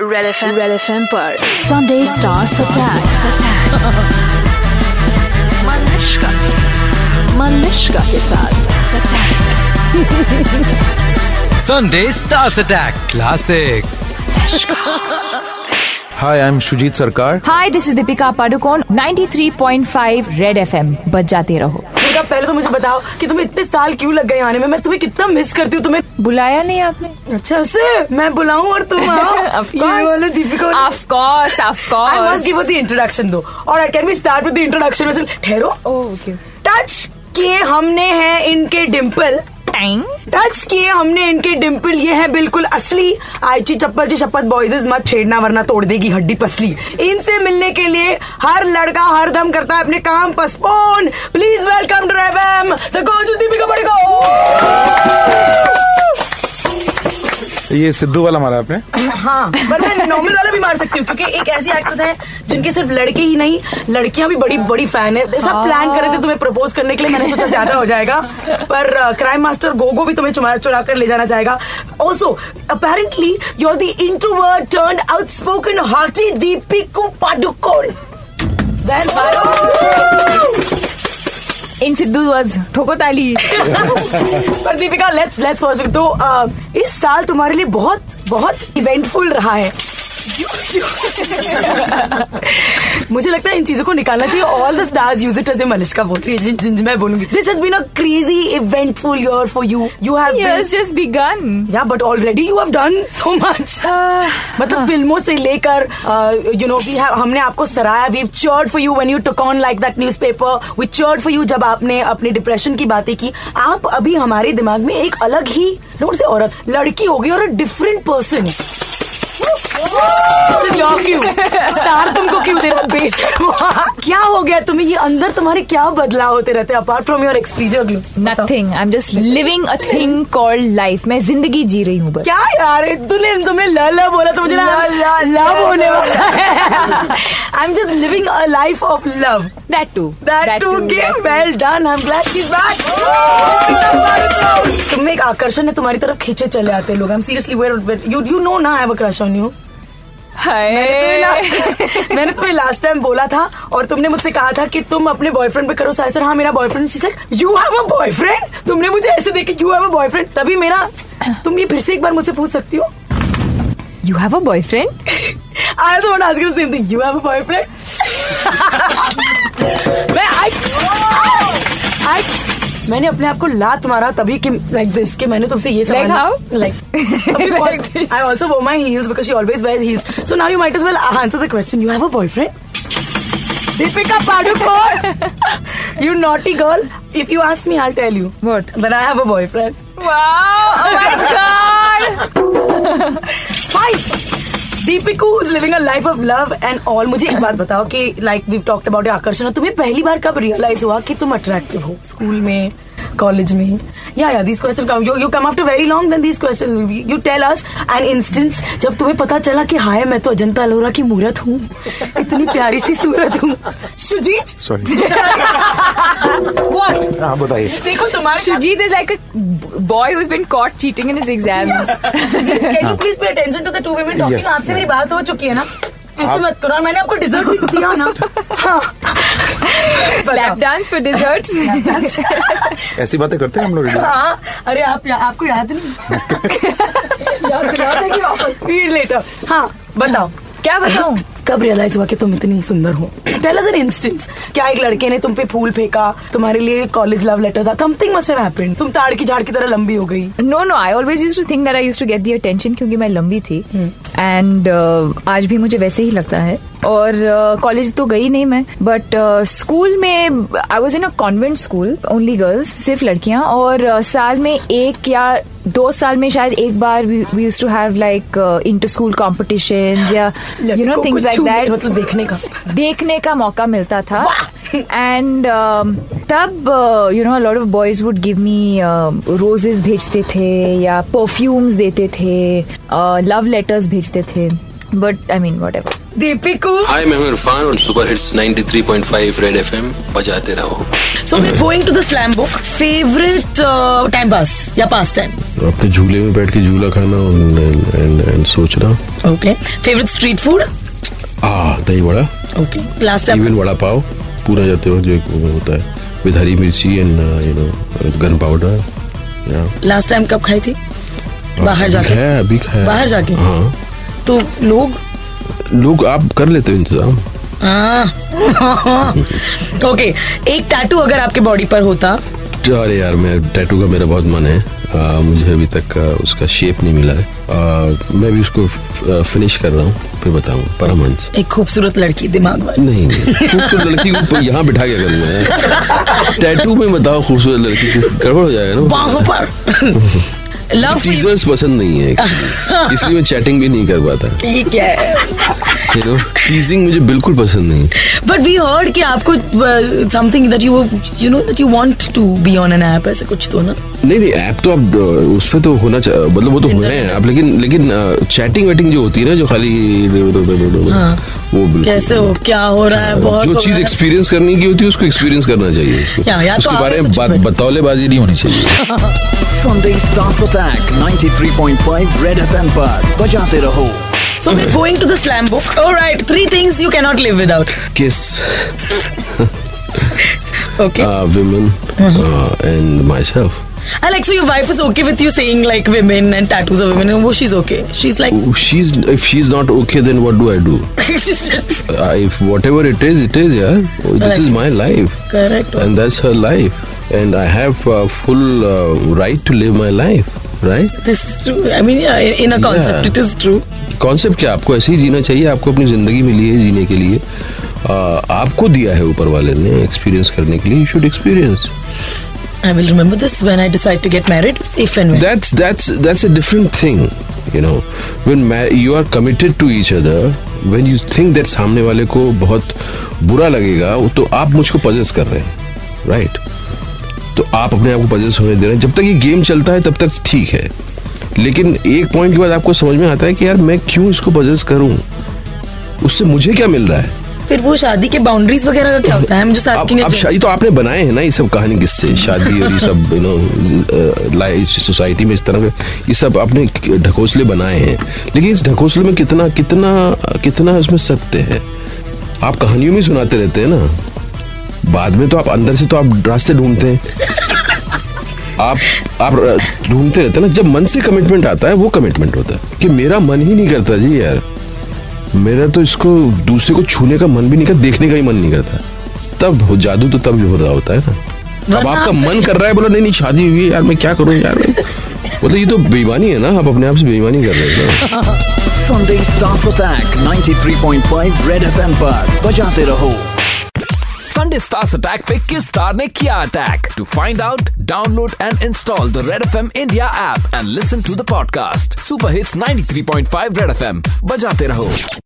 Red F red F M पर Sunday stars attack Manushka Manushka के साथ Sunday stars attack classic hi I am Sujit Sarkar hi this is Deepika Padukone 93.5 red FM बजाते रहो मेरा पहले तो मुझे बताओ कि तुम्हें इतने साल क्यों लग गए आने में मैं तुम्हें कितना मिस करती हूँ तुम्हें बुलाया नहीं आपने अच्छा से मैं बुलाऊं और तुम आओ Of ये course. वाला Deepika Of course, of I must course. Give the introduction दो और I can be start with the introduction ठहरो Oh, okay. टच किए हमने हैं इनके डिम्पल टच किए हमने इनके डिम्पल ये है बिल्कुल असली आईची चप्पल ची शपथ बॉयजेज मत छेड़ना वरना तोड़ देगी हड्डी पसली इनसे मिलने के लिए हर लड़का हर दम करता है अपने काम postpone please welcome to FM the गोजू दीपिका पड़ेगा ये सिद्धू वाला मारा आपने हाँ पर मैं नॉर्मल वाला भी मार सकती हूँ क्योंकि एक ऐसी एक्ट्रेस है जिनके सिर्फ लड़के ही नहीं लड़कियां भी बड़ी बड़ी फैन है सब प्लान कर रहे थे तुम्हें प्रपोज करने के लिए मैंने सोचा ज्यादा हो जाएगा पर uh, क्राइम मास्टर गोगो भी तुम्हें चुमा चुरा कर ले जाना चाहेगा also apparently you are the introvert turn outspoken hearty Deepika Padukone Then Baru- इन सिद्धू वॉज ठोको ताली पर दीपिका लेट्स लेट्स फर्स्ट तो अ, इस साल तुम्हारे लिए बहुत बहुत इवेंटफुल रहा है मुझे लगता है इन चीजों को निकालना चाहिए all the stars use it as Malishka बोल रही है जिन- जिन- मैं बोलूंगी this has been a crazy eventful year for you you have Years just begun. या but already you have done so much Uh, मतलब फिल्मों से लेकर यू नो वी हमने आपको सराहा we cheered for you when you took on like that newspaper we cheered for you जब आपने अपने डिप्रेशन की बातें की आप अभी हमारे दिमाग में एक अलग ही डोंट से औरत लड़की हो गई और अ डिफरेंट पर्सन क्यों स्टार तुमको क्यों दे रहा है? बेशर्म क्या हो गया तुम्हें ये अंदर तुम्हारे क्या बदलाव होते रहते हैं apart from your exterior nothing. I'm just living a thing called life. मैं जिंदगी जी रही हूँ बस क्या यार तूने तुमने ल ल बोला तो मुझे ना ल, ल, लव ल, होने ल। वाला I am just living a life of love That too. That too that game too. Well done I am glad she back तुम में एक आकर्षण है तुम्हारी तरफ खींचे चले आते हैं लोग I am seriously where you you know ना I have a crush on you hi मैंने तुम्हें लास्ट टाइम बोला था और तुमने मुझसे कहा था कि तुम अपने बॉयफ्रेंड पे करो साय सर हाँ मेरा boyfriend she you have a boyfriend तुमने मुझे ऐसे देखे यू हैव अ बॉयफ्रेंड तभी मेरा तुम ये फिर से एक बार मुझसे पूछ सकती हो You have a boyfriend? I also want to ask you the same thing. You have a boyfriend? मैं I, I, मैंने अपने आप को लात मारा तभी कि लाइक दिस कि मैंने तुमसे ये सवाल Like how? Like I also wore my heels because she always wears heels so now you might as well answer the question you have a boyfriend Deepika Padukone you naughty girl if you ask me I will tell you What? That I have a boyfriend Wow! Oh my god! Fine. Deepika is living a life of love and all मुझे एक बात बताओ कि like we talked about आकर्षण तुम्हें पहली बार कब रियलाइज हुआ कि तुम अट्रैक्टिव हो स्कूल में कॉलेज में या या this question come you come after very long then this question you tell us an instance जब तुम्हें पता चला कि हाय मैं तो अजंता अलोरा की मूरत हूँ इतनी प्यारी सी सूरत हूँ सुजीत सॉरी What? हाँ बताइए देखो तुम्हारे Shujit is like a b- boy who's been caught cheating in his exams. Can you please pay attention to the two women talking हाँ। Yes, आपसे yeah. मेरी बात हो चुकी है ना ऐसे मत करो और मैंने आपको डिजर्व भी दिया ना हाँ Lap dance for dessert. ऐसी बातें करते हैं हम लोग हाँ अरे आप या, आपको याद नहीं याद दिला देगी वापस फिर लेटर हाँ बताओ क्या बताऊं कब रियलाइज हुआ कि तुम इतनी सुंदर हो टेल अस एन इंस्टेंस क्या एक लड़के ने तुम पे फूल फेंका तुम्हारे लिए कॉलेज लव लेटर था समथिंग मस्ट हैव हैपेंड तुम ताड़ की झाड़ की तरह लंबी हो गई no no I always use to think that I use to get the attention क्योंकि मैं लंबी थी Hmm. एंड आज भी मुझे वैसे ही लगता है और कॉलेज तो गई नहीं मैं बट स्कूल में I was in a convent school only girls सिर्फ लड़कियां और uh, साल में एक या दो साल में शायद एक बार we use to have like inter school competition uh, या यू लड़कों नो को थिंग्स लाइक छूने, दैट मतलब देखने का देखने का मौका मिलता था एंड तब uh, you know lot of boys would give me roses uh, भेजते थे या uh, परफ्यूम्स देते थे लव लेटर्स भेजते थे but I mean whatever Deepika hi मैं हूं इरफान और सुपर हिट्स 93.5 रेड एफएम बजाते रहो so we going to the slam book favourite time pass या पास टाइम अपने तो झूले में बैठ के झूला खाना and- and- and- and सोचना ओके फेवरेट स्ट्रीट फूड आ dahi vada okay last time even vada pav पूरा जाते वक्त जो एक वो होता है with hari mirchi uh, and you know gunpowder last time कब खाई थी बाहर जाके खाया अभी खाया बाहर जाके? हाँ तो लोग लोग आप कर लेते हो इंतजाम ओके हाँ। एक टैटू अगर आपके बॉडी पर होता अरे यार मैं टैटू का मेरा बहुत मन है आ, मुझे अभी तक आ, उसका शेप नहीं मिला है आ, मैं भी उसको फिनिश कर रहा हूँ फिर बताऊँ परमहंस एक खूबसूरत लड़की दिमाग वाली नहीं नहीं खूबसूरत लड़की को यहाँ बिठा के करूँ मैं टैटू में बताओ खूबसूरत लड़की को गड़बड़ हो जाएगा ना बाहों पर लव टीजर्स पसंद नहीं है actually। इसलिए मैं चैटिंग भी नहीं कर पाता ठीक है यू नो टीजिंग मुझे बिल्कुल पसंद नहीं बट वी हर्ड कि आपको something that you you know that you want to be on an app ऐसे कुछ तो ना नहीं नहीं ऐप तो आप अ, उस पर तो होना चा- मतलब वो तो हुए हैं आप लेकिन लेकिन चैटिंग वेटिंग जो होती है ना जो खाली वो बिल्कुल हाँ। कैसे हो क्या हो रहा है बहुत हाँ, जो हो चीज रहा है। एक्सपीरियंस करने की होती है उसको एक्सपीरियंस करना चाहिए उसको। या- या तो उसके आप बारे तो में चुप बात बैठो। बतौलेबाजी नहीं होनी चाहिए Sunday Stars Attack 93.5 Red FM पर बजाते रहो So we're going to the slam book. All right, three things you cannot live without. Kiss Okay. Uh. women uh, and myself I like so your wife is okay with you saying like women and tattoos of women and oh, she's okay. She's like she's if she's not okay then what do i do she's just I, if whatever it is it is yeah this is my life correct. and that's her life and i have uh, full uh, right to live my life right This is true. I mean, yeah, in in a concept, Yeah. it is true. Concept क्या आपको ऐसे ही जीना चाहिए आपको अपनी जिंदगी मिली है जीने के लिए आ, आपको दिया है ऊपर वाले ने एक्सपीरियंस करने के लिए you should experience I will remember this when I decide to get married, if and when. that's that's that's a different thing you know when ma- you are committed to each other when you think that सामने वाले को बहुत बुरा लगेगा वो तो आप मुझको पजेस कर रहे हैं राइट तो आप अपने आप को पजेस होने दे रहे हैं जब तक ये गेम चलता है तब तक ठीक है लेकिन एक पॉइंट के बाद आपको समझ में आता है कि यार मैं क्यों इसको पजेस करूं उससे मुझे क्या मिल रहा है फिर वो शादी के बाउंड्रीज वगैरह का क्या होता है? I'm just अब asking a अब general- शादी तो आपने बनाए हैं ना ये सब कहानी किससे शादी और ये सब यू नो लाइफ सोसाइटी में इस तरह के ये सब आपने ढकोसले बनाए हैं लेकिन इस ढकोसले में कितना कितना कितना इसमें सत्य है आप कहानियों में सुनाते रहते हैं ना बाद में तो आप अंदर से तो आप रास्ते ढूंढते हैं आप आप ढूंढते रहते हैं ना जब मन से कमिटमेंट आता है वो कमिटमेंट होता है कि मेरा मन ही नहीं करता जी यार मेरा तो इसको दूसरे को छूने का मन भी नहीं करता देखने का ही मन नहीं करता तब हो जादू तो तब हो रहा होता है ना अब वरना आपका आप- तो- मन कर रहा है बोला नहीं नहीं शादी हुई है यार मैं क्या करूं यार मतलब ये तो बेईमानी है ना आप अपने आप से बेईमानी कर रहे हो ना। Sunday Stars Attack 93.5 Red FM पर बजाते रहो संडे स्टार्स अटैक पे किस स्टार ने किया attack to find out download and install the Red F M India app and listen to the podcast super hits 93.5 Red F M बजाते रहो